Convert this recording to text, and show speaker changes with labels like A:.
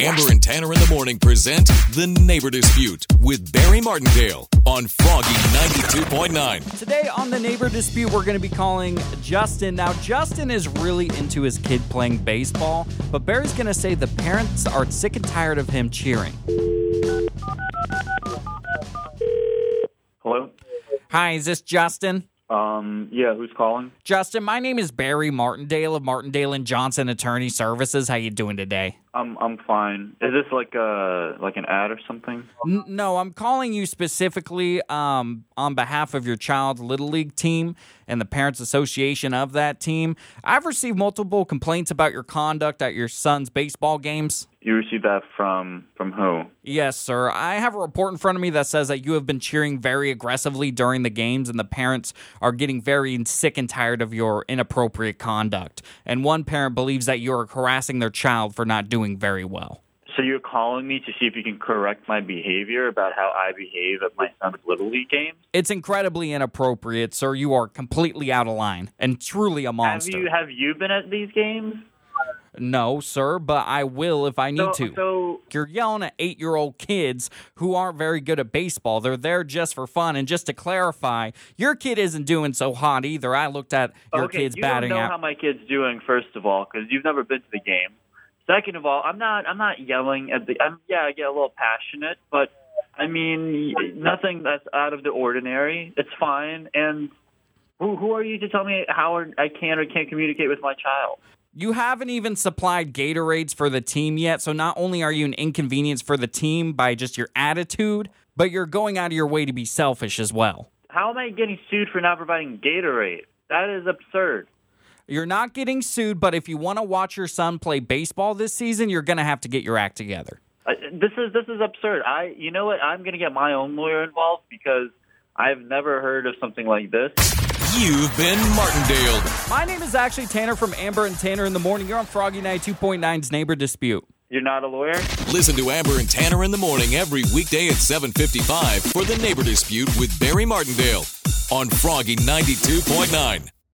A: Amber and Tanner in the morning present The Neighbor Dispute with Barry Martindale on Froggy 92.9.
B: Today on the neighbor dispute, we're going to be calling Justin. Now, Justin is really into his kid playing baseball, but Barry's going to say the parents are sick and tired of him cheering.
C: Hello.
B: Hi, is this Justin?
C: Um. Yeah. Who's calling?
B: Justin, my name is Barry Martindale of Martindale and Johnson Attorney Services. How you doing today?
C: I'm I'm fine. Is this like a like an ad or something?
B: N- no, I'm calling you specifically um, on behalf of your child's Little League team and the Parents Association of that team. I've received multiple complaints about your conduct at your son's baseball games.
C: You received that from from who?
B: Yes, sir. I have a report in front of me that says that you have been cheering very aggressively during the games, and the parents are getting very sick and tired of your inappropriate conduct. And one parent believes that you are harassing their child for not doing very well.
C: So you're calling me to see if you can correct my behavior about how I behave at my son's little league games?
B: It's incredibly inappropriate, sir. You are completely out of line and truly a
C: Have
B: monster.
C: you have you been at these games?
B: no, sir, but I will if I need
C: so,
B: to.
C: So
B: you're yelling at eight year old kids who aren't very good at baseball. They're there just for fun. And just to clarify, your kid isn't doing so hot either. I looked at your
C: okay,
B: kid's
C: you
B: batting
C: don't know
B: out.
C: how my kid's doing. First of all, because you've never been to the game. Second of all, I'm not I'm not yelling at the. I'm yeah I get a little passionate, but I mean y- nothing that's out of the ordinary. It's fine. And who who are you to tell me how or- I can or can't communicate with my child?
B: you haven't even supplied Gatorades for the team yet. So not only are you an inconvenience for the team by just your attitude, but you're going out of your way to be selfish as well.
C: How am I getting sued for not providing Gatorade? That is absurd.
B: You're not getting sued, but if you want to watch your son play baseball this season, you're going to have to get your act together.
C: I- this is this is absurd. I you know what? I'm gonna get my own lawyer involved because I've never heard of something like this.
A: You've been Martindale.
B: My name is actually Tanner from Amber and Tanner in the Morning. You're on Froggy 92.9's Neighbor Dispute.
C: You're not a lawyer.
A: Listen to Amber and Tanner in the morning every weekday at 7.55 for The Neighbor Dispute with Barry Martindale on Froggy 92.9.